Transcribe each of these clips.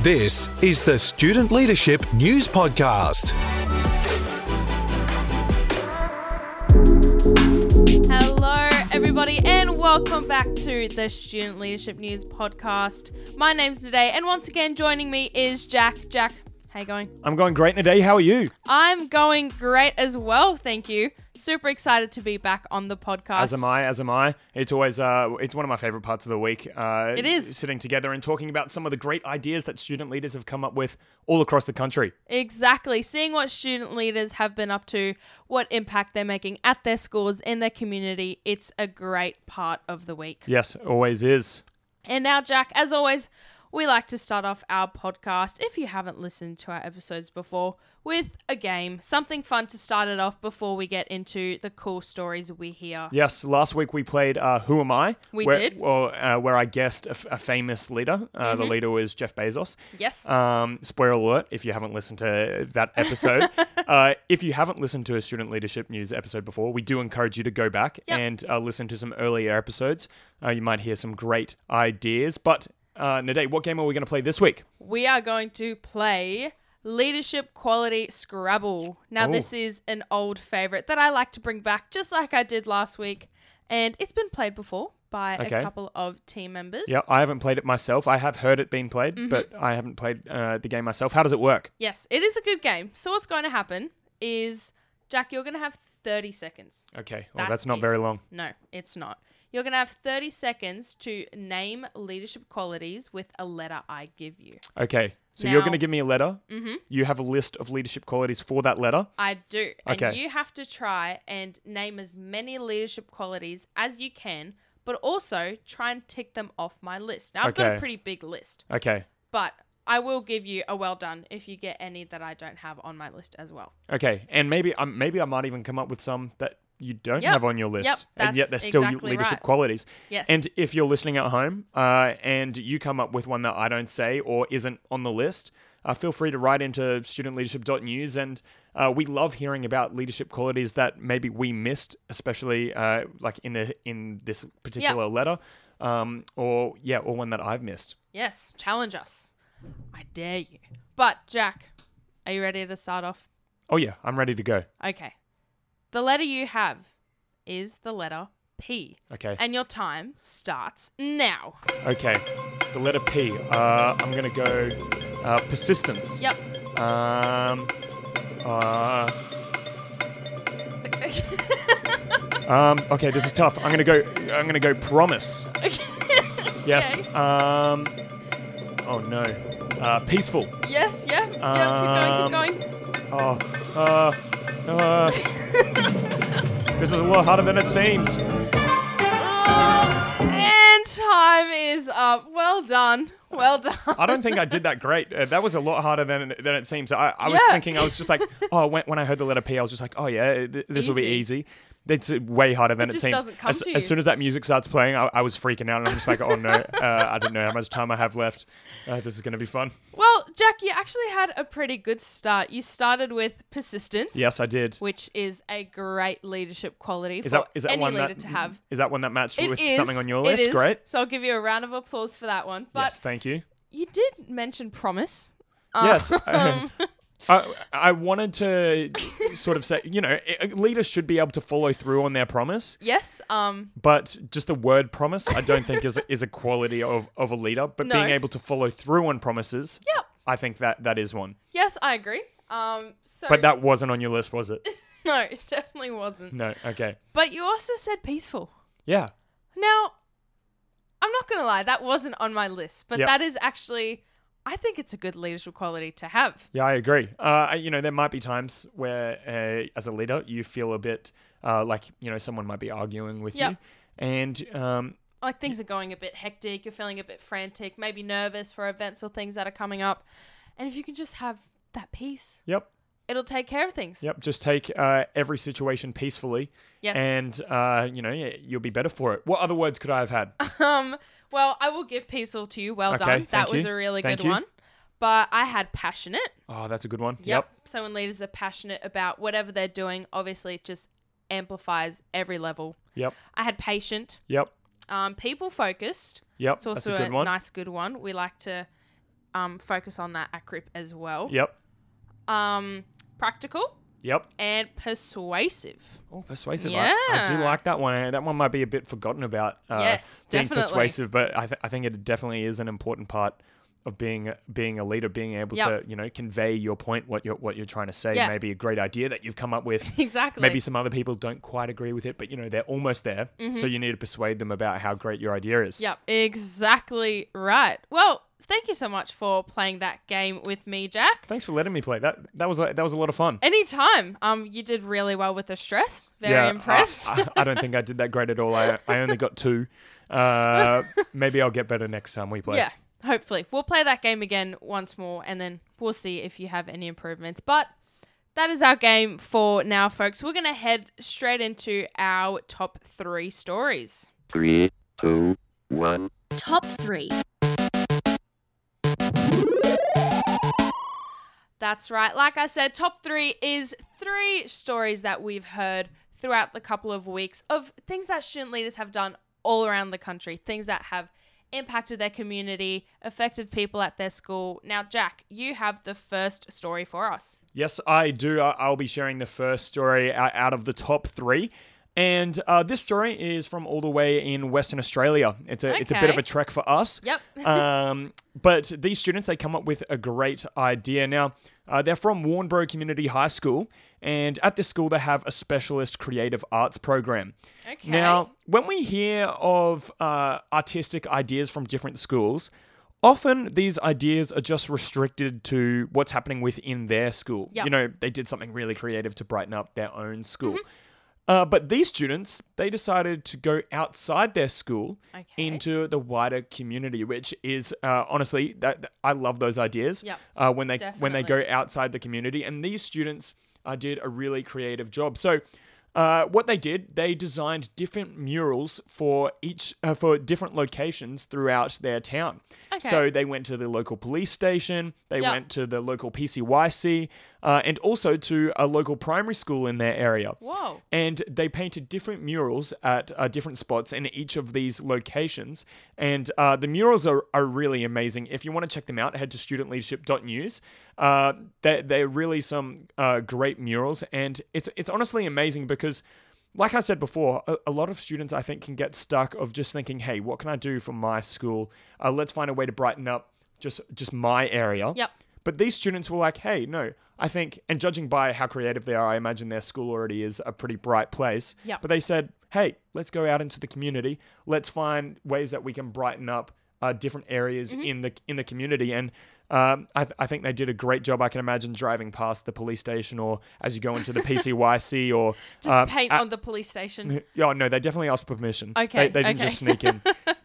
This is the Student Leadership News Podcast. Hello, everybody, and welcome back to the Student Leadership News Podcast. My name's Naday, and once again, joining me is Jack. Jack, how you going? I'm going great Naday. How are you? I'm going great as well, thank you. Super excited to be back on the podcast. As am I. As am I. It's always uh, it's one of my favorite parts of the week. Uh, It is. sitting together and talking about some of the great ideas that student leaders have come up with all across the country. Exactly. Seeing what student leaders have been up to, what impact they're making at their schools, in their community, it's a great part of the week. Yes, always is. And now, Jack, as always, we like to start off our podcast, if you haven't listened to our episodes before, with a game, something fun to start it off before we get into the cool stories we hear. Yes, last week we played uh, Who Am I? We where, did. Mm-hmm. Well, uh, where I guessed a, f- a famous leader. Uh, The leader was Jeff Bezos. Yes. Um, spoiler alert if you haven't listened to that episode. uh, if you haven't listened to a student leadership news episode before, we do encourage you to go back Yep. and uh, listen to some earlier episodes. Uh, you might hear some great ideas. But, uh, Nade, what game are we going to play this week? We are going to play Leadership Quality Scrabble. Now, Ooh. this is an old favorite that I like to bring back, just like I did last week. And it's been played before by a Okay. couple of team members. Yeah, I haven't played it myself. I have heard it being played, Mm-hmm. but I haven't played uh, the game myself. How does it work? Yes, it is a good game. So, what's going to happen is, Jack, you're going to have 30 seconds. Okay, well, That's that's, not it. very long. No, it's not. You're going to have 30 seconds to name leadership qualities with a letter I give you. Okay. So you're Now- going to give me a letter. Mm-hmm. You have a list of leadership qualities for that letter. I do. And Okay. you have to try and name as many leadership qualities as you can, but also try and tick them off my list. Now, I've got a Okay. pretty big list, Okay. but I will give you a well done if you get any that I don't have on my list as well. Okay. And maybe um, maybe I might even come up with some that you don't Yep. have on your list, Yep, and yet they're that's still exactly leadership right. qualities. Yes. And if you're listening at home uh, and you come up with one that I don't say or isn't on the list, uh, feel free to write into studentleadership.news. And uh, we love hearing about leadership qualities that maybe we missed, especially uh, like in the in this particular letter, um, or yeah, or one that I've missed. Yes, challenge us. I dare you. But, Jack, are you ready to start off Oh yeah, I'm ready to go. Okay. The letter you have is the letter P. Okay. And your time starts now. Okay, the letter P. Uh, I'm gonna go uh, persistence. Yep. Um. Uh, um. Okay, this is tough. I'm gonna go. I'm gonna go. Promise. Yes. Okay. Um. Oh no. Uh, peaceful. Yes, yeah. yeah, keep going, keep going. Oh. Uh. Uh. this is a lot harder than it seems. Oh, and time is up. Well done. Well done. I don't think I did that great. Uh, that was a lot harder than than it seems. I, I was Yeah. thinking I was just like, oh, when, when I heard the letter P, I was just like, oh yeah, th- this will be Easy. easy. It's uh, way harder than It it, just seems. doesn't come as, to you. as soon as that music starts playing, I, I was freaking out, and I'm just like, oh no, uh, I don't know how much time I have left. Uh, this is gonna be fun. Well, Jack, you actually had a pretty good start. You started with persistence. Yes, I did. Which is a great leadership quality Is for that is that any one leader that to have. is that one that matched It with is- something on your it list? is. Great. So I'll give you a round of applause for that one. But yes, thank you. you did mention promise. um, Yes. I, I wanted to sort of say, you know, i- leaders should be able to follow through on their promise. Yes. Um. But just the word promise, I don't think is is a quality of, of a leader. But No. being able to follow through on promises, Yep. I think that that is one. Yes, I agree. Um. So But that wasn't on your list, was it? no, it definitely wasn't. No. Okay. But you also said peaceful. Yeah. Now, I'm not gonna lie, that wasn't on my list, but Yep. that is actually, I think it's a good leadership quality to have. Yeah, I agree. Uh, I- you know, there might be times where, uh, as a leader, you feel a bit uh, like you know someone might be arguing with Yep. you, and um, Like things are going a bit hectic, you're feeling a bit frantic, maybe nervous for events or things that are coming up, and if you can just have that peace, yep, it'll take care of things. yep, just take uh, every situation peacefully, Yes. and uh, you know y- you'll be better for it. What other words could I have had? Um, well, I will give peaceful to you. Well Okay, done. That thank was you. a really Thank good you. one. But I had passionate. Oh, that's a good one. So when leaders are passionate about whatever they're doing, obviously it just amplifies every level. yep, I had patient. yep, Um, people focused. yep. It's That's a also good a one. nice good one. We like to um, focus on that at Crip as well. Yep. Um, practical Yep. and persuasive. Oh, persuasive. I, I do Yeah. like that one. That one might be a bit forgotten about. Uh, Yes, being definitely. persuasive, but I, th- I think it definitely is an important part of being being a leader, being able Yep. to you know convey your point, what you're what you're trying to say, Yeah. maybe a great idea that you've come up with. Exactly. Maybe some other people don't quite agree with it, but you know they're almost there. Mm-hmm. So you need to persuade them about how great your idea is. Yep, exactly right. Well, thank you so much for playing that game with me, Jack. Thanks for letting me play. That that was a, that was a lot of fun. Anytime. Um, you did really well with the stress. Very Yeah, I- impressed. I, I don't think I did that great at all. I I only got two. Uh, maybe I'll get better next time we play. yeah, hopefully we'll play that game again once more, and then we'll see if you have any improvements. But that is our game for now, folks. We're gonna head straight into our top three stories. Three, two, one. Top 3. That's right. Like I said, top three is three stories that we've heard throughout the couple of weeks of things that student leaders have done all around the country, things that have impacted their community, affected people at their school. Now, Jack, you have the first story for us. Yes, I do. I- I'll be sharing the first story uh, out of the top three. And uh, this story is from all the way in Western Australia. It's a, it's a bit Okay. of a trek for us. Yep. um, but these students, they come up with a great idea. Now, uh, they're from Warnbro Community High School. And at this school, they have a specialist creative arts program. Okay. Now, when we hear of uh, artistic ideas from different schools, often these ideas are just restricted to what's happening within their school. Yep. You know, they did something really creative to brighten up their own school. Mm-hmm. Uh, but these students, they decided to go outside their school Okay. into the wider community, which is uh, honestly, that, that- I love those ideas Yep. uh, when they when they go Definitely. outside the community. And these students uh, did a really creative job. So. Uh, what they did, they designed different murals for each uh, for different locations throughout their town. Okay. So they went to the local police station, they Yep. went to the local PCYC, uh, and also to a local primary school in their area. Whoa. And they painted different murals at uh, different spots in each of these locations. And uh, the murals are, are really amazing. If you want to check them out, head to studentleadership.news. Uh, they're, they're really some uh, great murals. And it's, it's honestly amazing because, like I said before, a, a lot of students I think can get stuck of just thinking, hey, what can I do for my school? Uh, let's find a way to brighten up just, just my area. Yep. But these students were like, hey, no, I think, and judging by how creative they are, I imagine their school already is a pretty bright place. Yep. But they said, hey, let's go out into the community. Let's find ways that we can brighten up uh, different areas in the in the community. And um, I, th- I think they did a great job. I can imagine driving past the police station or as you go into the PCYC or. Just uh, paint a- on the police station. yeah, no, they definitely asked permission. Okay, They, they didn't okay. just sneak in.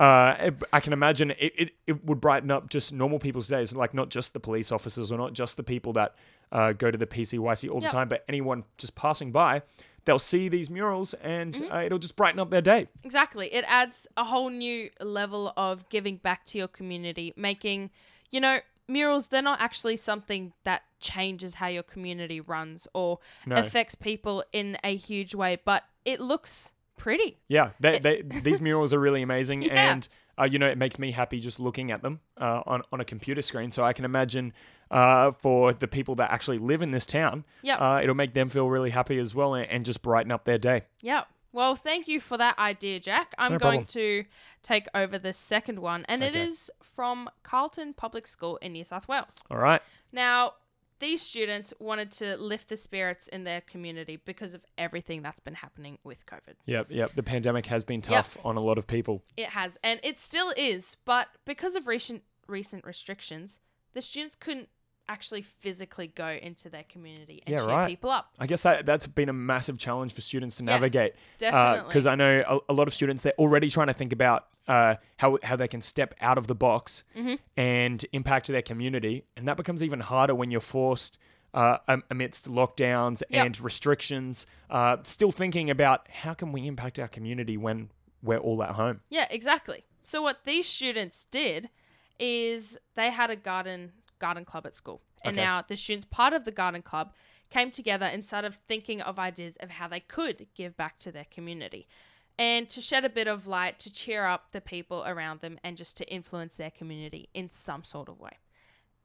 uh, it- I can imagine it, it, it would brighten up just normal people's days, like not just the police officers or not just the people that uh, go to the PCYC all Yep. the time, but anyone just passing by, they'll see these murals and Mm-hmm. uh, it'll just brighten up their day. Exactly. It adds a whole new level of giving back to your community, making, you know, murals, they're not actually something that changes how your community runs or No. affects people in a huge way, but it looks pretty. Yeah, they, they, these murals are really amazing, Yeah. and uh, you know it makes me happy just looking at them uh, on on a computer screen. So I can imagine uh, for the people that actually live in this town, Yep. uh, it'll make them feel really happy as well, and, and just brighten up their day. Yeah. Well, thank you for that idea, Jack. I'm No going problem. to take over the second one, and it Okay. is from Carlton Public School in New South Wales. All right. Now, these students wanted to lift the spirits in their community because of everything that's been happening with COVID. Yep, yep. The pandemic has been tough on a lot of people. It has, and it still is, but because of recent recent restrictions, the students couldn't actually physically go into their community and Yeah, cheer right. people up. I guess that that's been a massive challenge for students to Yeah, navigate. definitely. Because I know a, a lot of students they're already trying to think about uh, how how they can step out of the box Mm-hmm. and impact their community, and that becomes even harder when you're forced. Uh, am- amidst lockdowns Yep. and restrictions, uh, still thinking about how can we impact our community when we're all at home. Yeah, exactly. So what these students did is they had a garden garden club at school. And Okay. now the students part of the garden club came together and started thinking of ideas of how they could give back to their community and to shed a bit of light to cheer up the people around them and just to influence their community in some sort of way.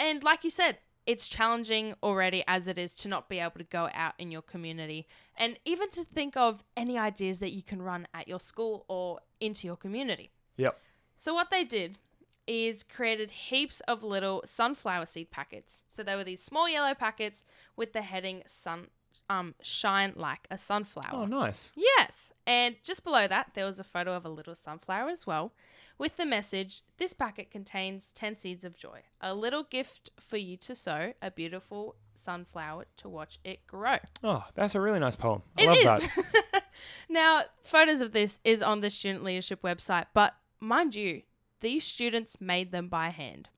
And like you said, it's challenging already as it is to not be able to go out in your community and even to think of any ideas that you can run at your school or into your community. Yep. So what they did is created heaps of little sunflower seed packets. So they were these small yellow packets with the heading "Sun um, Shine Like a Sunflower." Oh, nice. Yes. And just below that, there was a photo of a little sunflower as well, with the message This packet contains 10 seeds of joy, a little gift for you to sow, a beautiful sunflower to watch it grow. Oh, that's a really nice poem. I It love is. that. now, photos of this is on the student leadership website, but mind you, these students made them by hand.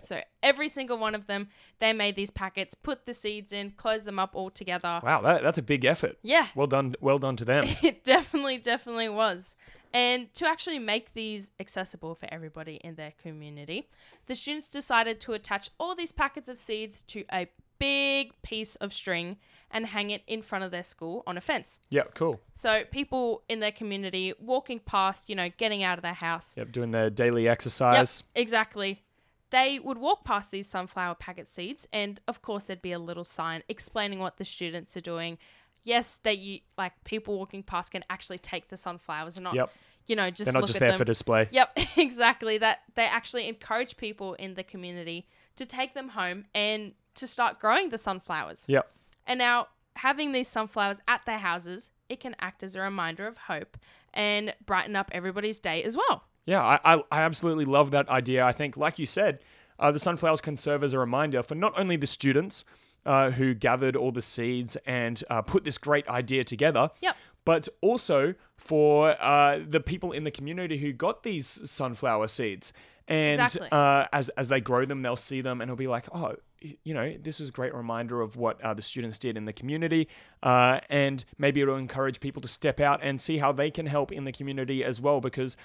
So every single one of them, they made these packets, put the seeds in, closed them up all together. Wow, that, that's a big effort. Yeah, Well done, well done to them. it definitely, definitely was. And to actually make these accessible for everybody in their community, the students decided to attach all these packets of seeds to a big piece of string and hang it in front of their school on a fence. yeah, cool. So people in their community walking past, you know, getting out of their house. Yep, doing their daily Yep, exercise. exactly. They would walk past these sunflower packet seeds, and of course, there'd be a little sign explaining what the students are doing. Yes, that you like people walking past can actually take the sunflowers and not, Yep. you know, just They're not look just at there them. for display. Yep, exactly. That they actually encourage people in the community to take them home and to start growing the sunflowers. Yep. And now, having these sunflowers at their houses, it can act as a reminder of hope and brighten up everybody's day as well. Yeah, I, I, I absolutely love that idea. I think, like you said, uh, the sunflowers can serve as a reminder for not only the students uh, who gathered all the seeds and uh, put this great idea together, Yep. but also for uh, the people in the community who got these sunflower seeds. And Exactly. uh, as, as they grow them, they'll see them and it'll be like, oh, y- you know, this is a great reminder of what uh, the students did in the community. Uh, and maybe it'll encourage people to step out and see how they can help in the community as well because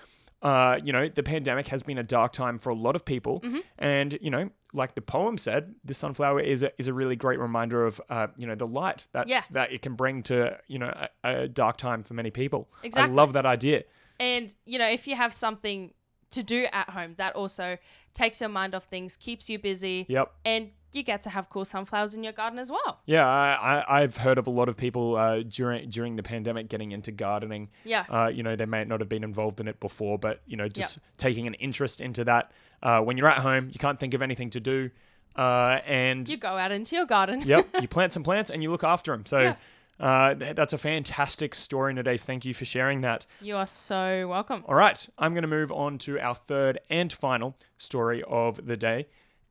uh, you know, the pandemic has been a dark time for a lot of people, Mm-hmm. and you know, like the poem said, the sunflower is a, is a really great reminder of uh, you know the light that Yeah. that it can bring to you know a, a dark time for many people. Exactly. I love that idea. And, you know, if you have something to do at home, that also takes your mind off things, keeps you busy. Yep. And you get to have cool sunflowers in your garden as well. Yeah, I, I, I've heard of a lot of people uh, during during the pandemic getting into gardening. Yeah. Uh, you know, they may not have been involved in it before, but you know, just taking an interest into that. Uh, when you're at home, you can't think of anything to do, uh, and You go out into your garden. yep. You plant some plants and you look after them. So Yeah. uh, th- that's a fantastic story, Nade. Thank you for sharing that. You are so welcome. All right. I'm going to move on to our third and final story of the day.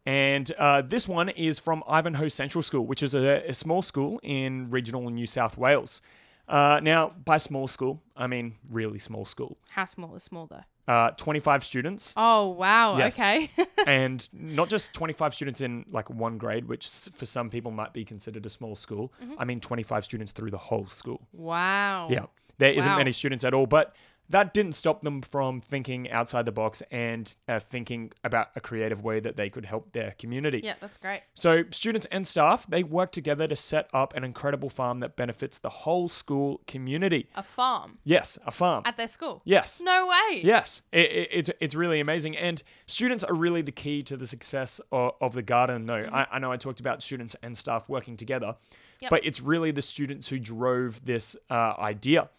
And uh, this one is from Ivanhoe Central School, which is a, a small school in regional New South Wales. Uh, now, by small school, I mean really small school. How small is small, though? Uh, 25 students, Oh, wow. Yes. Okay. and not just 25 students in like one grade, which s- for some people might be considered a small school. I mean 25 students through the whole school. wow. Yeah, there isn't Wow. many students at all, but that didn't stop them from thinking outside the box and uh, thinking about a creative way that they could help their community. Yeah, that's great. So, students and staff, they work together to set up an incredible farm that benefits the whole school community. A farm Yes, a farm. at their school. yes. No way. Yes, it, it, it's it's really amazing, and students are really the key to the success of, of the garden. No, I, I know I talked about students and staff working together, Mm-hmm. Yep. but it's really the students who drove this uh, idea.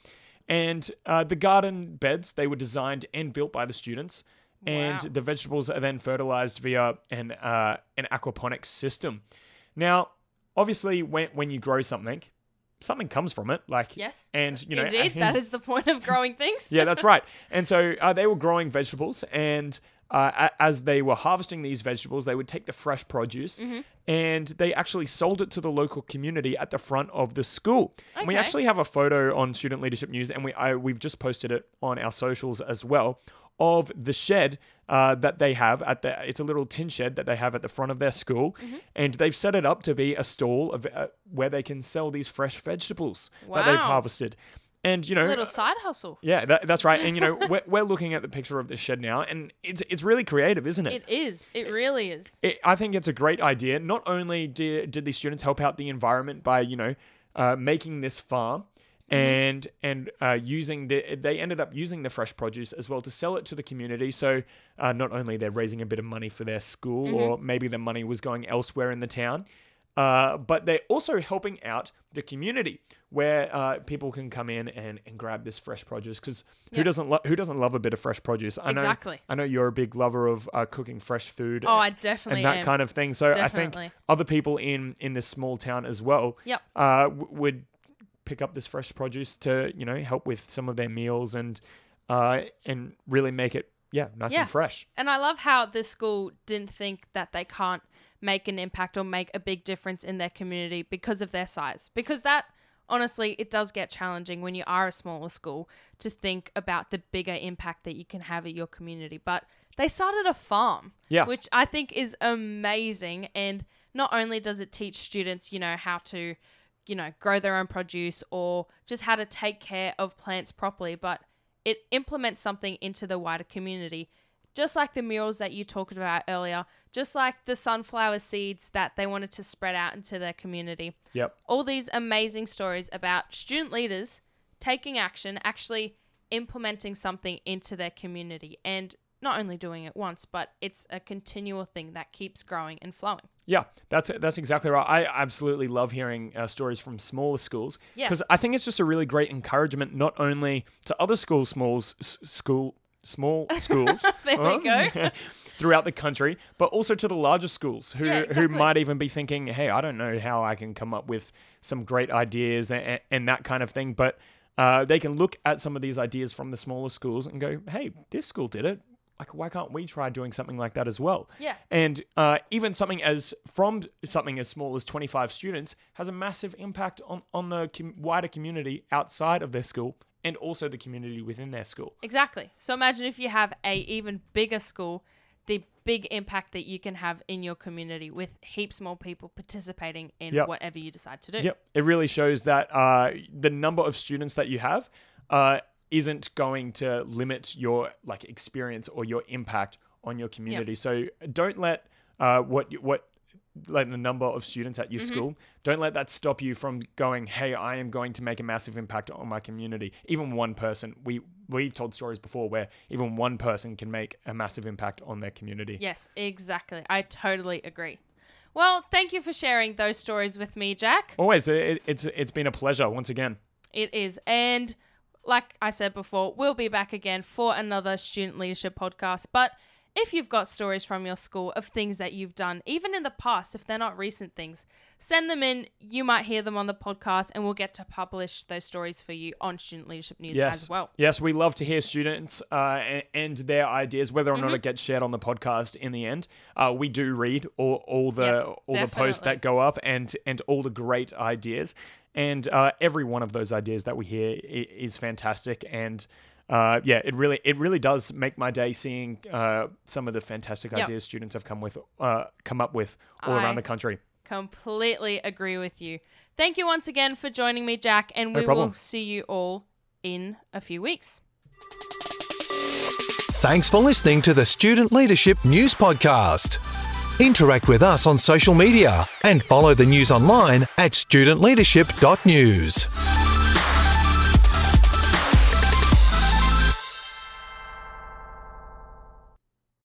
And uh, the garden beds they were designed and built by the students, and Wow. the vegetables are then fertilized via an uh, an aquaponics system. Now, obviously, when when you grow something, something comes from it. Like Yes. and you know, Indeed, that is the point of growing things. yeah, that's right. And so uh, they were growing vegetables, and uh, a- as they were harvesting these vegetables, they would take the fresh produce Mm-hmm. and they actually sold it to the local community at the front of the school. And we Okay. actually have a photo on Student Leadership News, and we I, we've just posted it on our socials as well of the shed. Uh, that they have at the it's a little tin shed that they have at the front of their school Mm-hmm. and they've set it up to be a stall of uh, where they can sell these fresh vegetables that they've Wow. harvested and you know Little side hustle. yeah, that, that's right. And you know, we're, we're looking at the picture of the shed now, and it's it's really creative, isn't it? It is. It really is. It- I think it's a great idea. Not only did did these students help out the environment by you know uh, making this farm Mm-hmm. and and uh, using the they ended up using the fresh produce as well to sell it to the community. So uh, not only they're raising a bit of money for their Mm-hmm. school, or maybe the money was going elsewhere in the town, uh, but they're also helping out the community where uh, people can come in and, and grab this fresh produce because who doesn't lo- who doesn't love a bit of fresh produce? I know, Exactly. I know you're a big lover of uh, cooking fresh food. Oh, I and- definitely and that am. kind of thing. So I Definitely. think other people in in this small town as well. Yep. Uh, w- would pick up this fresh produce to you know help with some of their meals and uh and really make it yeah nice Yeah. and fresh. And I love how this school didn't think that they can't make an impact or make a big difference in their community because of their size. Because that, honestly, it does get challenging when you are a smaller school to think about the bigger impact that you can have at your community. But they started a farm, Yeah. which I think is amazing. And not only does it teach students, you know, how to, you know, grow their own produce or just how to take care of plants properly, but it implements something into the wider community just like the murals that you talked about earlier, just like the sunflower seeds that they wanted to spread out into their community. Yep. All these amazing stories about student leaders taking action, actually implementing something into their community, and not only doing it once, but it's a continual thing that keeps growing and flowing. Yeah, that's that's exactly right. I absolutely love hearing uh, stories from smaller schools Yeah. because I think it's just a really great encouragement not only to other school smalls s- school small schools uh, There we go. throughout the country, but also to the larger schools who Yeah, who exactly. might even be thinking, "Hey, I don't know how I can come up with some great ideas and, and that kind of thing," but uh, they can look at some of these ideas from the smaller schools and go, "Hey, this school did it. Like, why can't we try doing something like that as well?" Yeah. and uh, even something as from something as small as 25 students has a massive impact on on the com- wider community outside of their school and also the community within their school Exactly. So imagine if you have a even bigger school, the big impact that you can have in your community with heaps more people participating in Yep. whatever you decide to do. Yep. It really shows that uh, the number of students that you have uh, isn't going to limit your like experience or your impact on your community. So don't let uh, what you- what like the number of students at your school, don't let that stop you from going, "Hey, I am going to make a massive impact on my community." Even one person, we we've told stories before where even one person can make a massive impact on their community. Yes, exactly. I totally agree. Well, thank you for sharing those stories with me, Jack. Always, it, it's it's been a pleasure once again. It is. And like I said before, we'll be back again for another student leadership podcast. But if you've got stories from your school of things that you've done, even in the past, if they're not recent things, send them in. You might hear them on the podcast, and we'll get to publish those stories for you on Student Leadership News yes. as well. Yes, we love to hear students uh, and, and their ideas, whether or Mm-hmm. not it gets shared on the podcast. In the end, uh, we do read all, all the Yes, all the posts definitely. that go up and and all the great ideas, and uh, every one of those ideas that we hear i- is fantastic and. Uh, yeah, it really it really does make my day seeing uh, some of the fantastic Yep. ideas students have come with uh, come up with all I- around the country. Completely agree with you. Thank you once again for joining me, Jack, and we will problem. see you all in a few weeks. Thanks for listening to the Student Leadership News Podcast. Interact with us on social media and follow the news online at studentleadership.news.